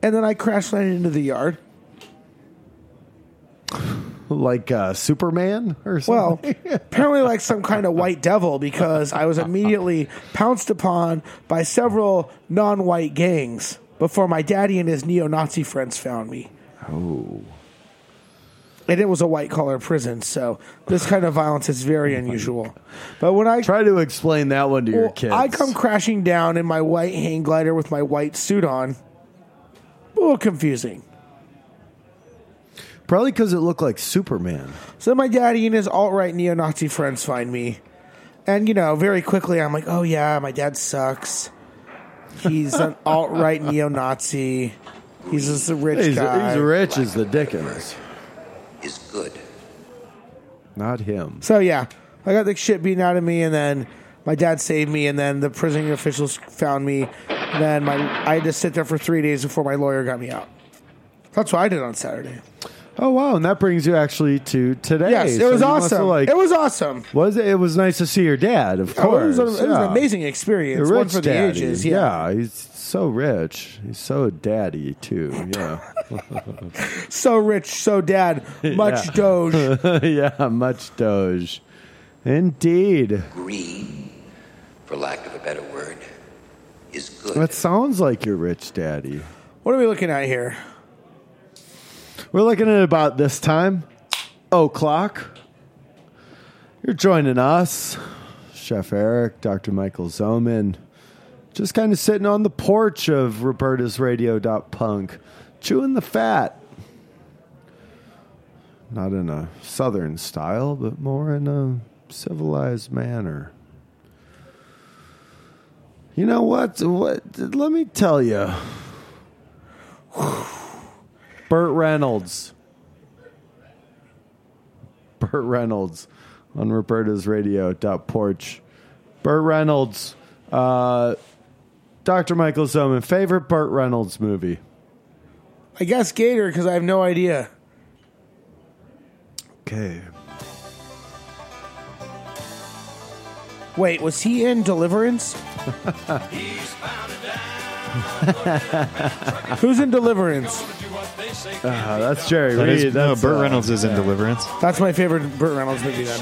Speaker 4: And then I crash landed into the yard.
Speaker 3: Like uh, Superman or
Speaker 4: Well,
Speaker 3: something.
Speaker 4: apparently, like some kind of white devil, because I was immediately pounced upon by several non white gangs before my daddy and his neo Nazi friends found me.
Speaker 3: oh,
Speaker 4: And it was a white collar prison, so this kind of violence is very unusual. But when I
Speaker 3: try to explain that one to your
Speaker 4: well,
Speaker 3: kids.
Speaker 4: I come crashing down in my white hang glider with my white suit on, a little confusing.
Speaker 3: probably because it looked like Superman.
Speaker 4: So my daddy and his alt right neo Nazi friends find me. And, you know, very quickly I'm like, oh yeah, my dad sucks. He's an alt right neo Nazi. He's just a rich
Speaker 3: He's,
Speaker 4: guy.
Speaker 3: he's rich as the dickens.
Speaker 10: is good.
Speaker 3: Not him.
Speaker 4: So yeah, I got the shit beaten out of me, and then my dad saved me, and then the prison officials found me. And then my I had to sit there for three days before my lawyer got me out. That's what I did on Saturday.
Speaker 3: Oh wow, and that brings you actually to today.
Speaker 4: yes, it
Speaker 3: So
Speaker 4: was
Speaker 3: you must have,
Speaker 4: awesome.
Speaker 3: Like,
Speaker 4: it was awesome.
Speaker 3: was it was nice to see your dad, of course.
Speaker 4: Oh, it was, a- it was an
Speaker 3: yeah.
Speaker 4: amazing experience. One for the
Speaker 3: daddy.
Speaker 4: ages. Yeah.
Speaker 3: he's so rich. He's so daddy too. Yeah,
Speaker 4: So rich, so dad, much
Speaker 3: Yeah.
Speaker 4: doge.
Speaker 3: yeah, much Doge. Indeed.
Speaker 10: Greed, for lack of a better word, is good.
Speaker 3: That sounds like your rich daddy.
Speaker 4: What are we looking at here?
Speaker 3: We're looking at about this time. O'clock. You're joining us, Chef Eric, Dr. Michael Zoman. Just kind of sitting on the porch of robertasradio.punk, chewing the fat. Not in a southern style, but more in a civilized manner. You know what? What? Let me tell you. Burt Reynolds. Burt Reynolds on Roberta's Radio dot porch. Burt Reynolds. Uh, Dr. Michael Zoman, favorite Burt Reynolds movie.
Speaker 4: I guess Gator because I have no idea.
Speaker 3: Okay.
Speaker 4: Wait, was he in Deliverance? Who's in Deliverance?
Speaker 3: Uh, that's Jerry
Speaker 5: That
Speaker 3: Reed.
Speaker 5: is- no,
Speaker 3: That's,
Speaker 5: Burt
Speaker 3: uh,
Speaker 5: Reynolds is in Deliverance.
Speaker 4: That's my favorite Burt Reynolds movie. Then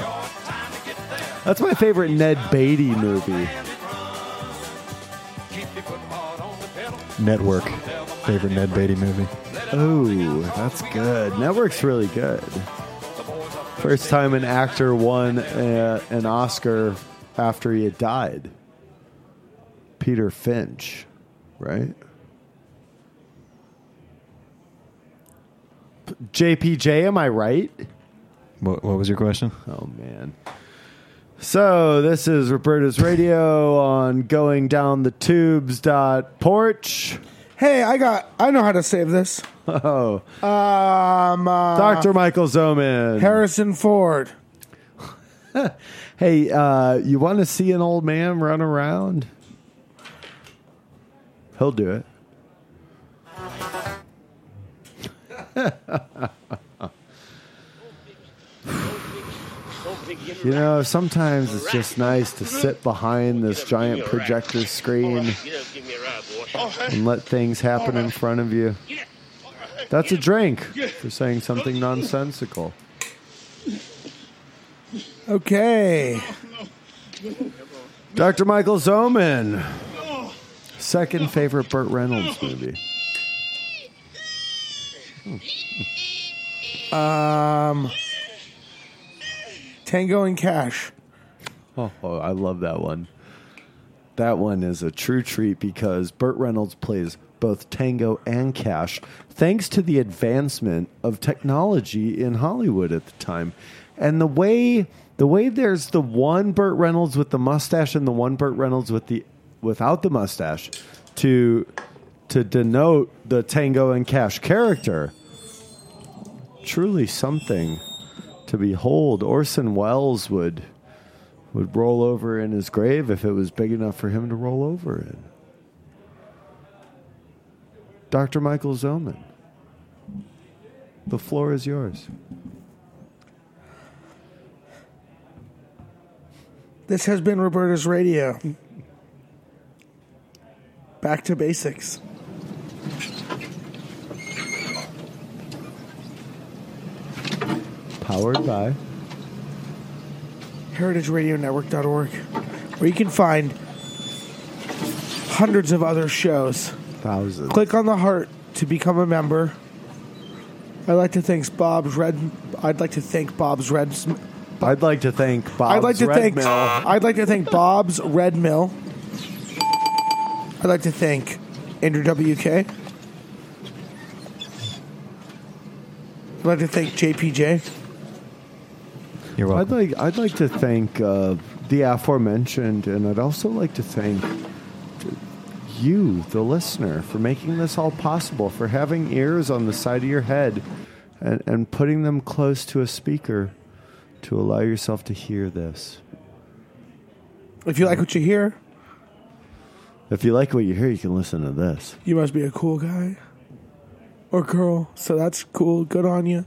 Speaker 3: That's my favorite Ned Beatty movie.
Speaker 5: Network. Favorite Ned Beatty movie.
Speaker 3: Oh, that's good. Network's really good. First time an actor won uh an Oscar after he had died. Peter Finch, right? P- JPJ, am I right?
Speaker 5: What, what was your question?
Speaker 3: Oh, man. So, this is Roberta's Radio on going down the tubes dot porch.
Speaker 4: hey, I got. I know how to save this.
Speaker 3: Oh,
Speaker 4: Um, uh,
Speaker 3: Dr. Michael Zoman.
Speaker 4: Harrison Ford.
Speaker 3: Hey, uh, you want to see an old man run around? He'll do it. You know, sometimes it's just nice to sit behind this giant projector screen and let things happen in front of you. That's a drink for saying something nonsensical.
Speaker 4: Okay.
Speaker 3: Dr. Michael Zoman. Second favorite Burt Reynolds movie.
Speaker 4: Um, Tango and Cash.
Speaker 3: Oh, oh, I love that one. That one is a true treat because Burt Reynolds plays both tango and cash thanks to the advancement of technology in Hollywood at the time. And the way the way there's the one Burt Reynolds with the mustache and the one Burt Reynolds with the without the mustache to to denote the tango and cash character. Truly something to behold. Orson Welles would would roll over in his grave if it was big enough for him to roll over in. Dr. Michael Zoman, the floor is yours.
Speaker 4: This has been Roberta's Radio. Back to basics.
Speaker 3: Powered by.
Speaker 4: heritageradionetwork.org, where you can find hundreds of other shows.
Speaker 3: Thousands.
Speaker 4: Click on the heart to become a member. I'd like to thank Bob's Red. I'd like to thank Bob's Red.
Speaker 3: I'd like to thank Bob.
Speaker 4: I'd like to
Speaker 3: Red
Speaker 4: thank.
Speaker 3: Mill.
Speaker 4: I'd like to thank Bob's Red Mill. I'd like to thank Andrew WK. I'd like to thank JPJ.
Speaker 5: You're welcome.
Speaker 3: I'd like I'd like to thank uh, the aforementioned, and I'd also like to thank you, the listener, for making this all possible, for having ears on the side of your head, and, and putting them close to a speaker to allow yourself to hear this.
Speaker 4: If you like what you hear,
Speaker 3: If you like what you hear, you can listen to this.
Speaker 4: you must be a cool guy or girl. So that's cool. Good on you.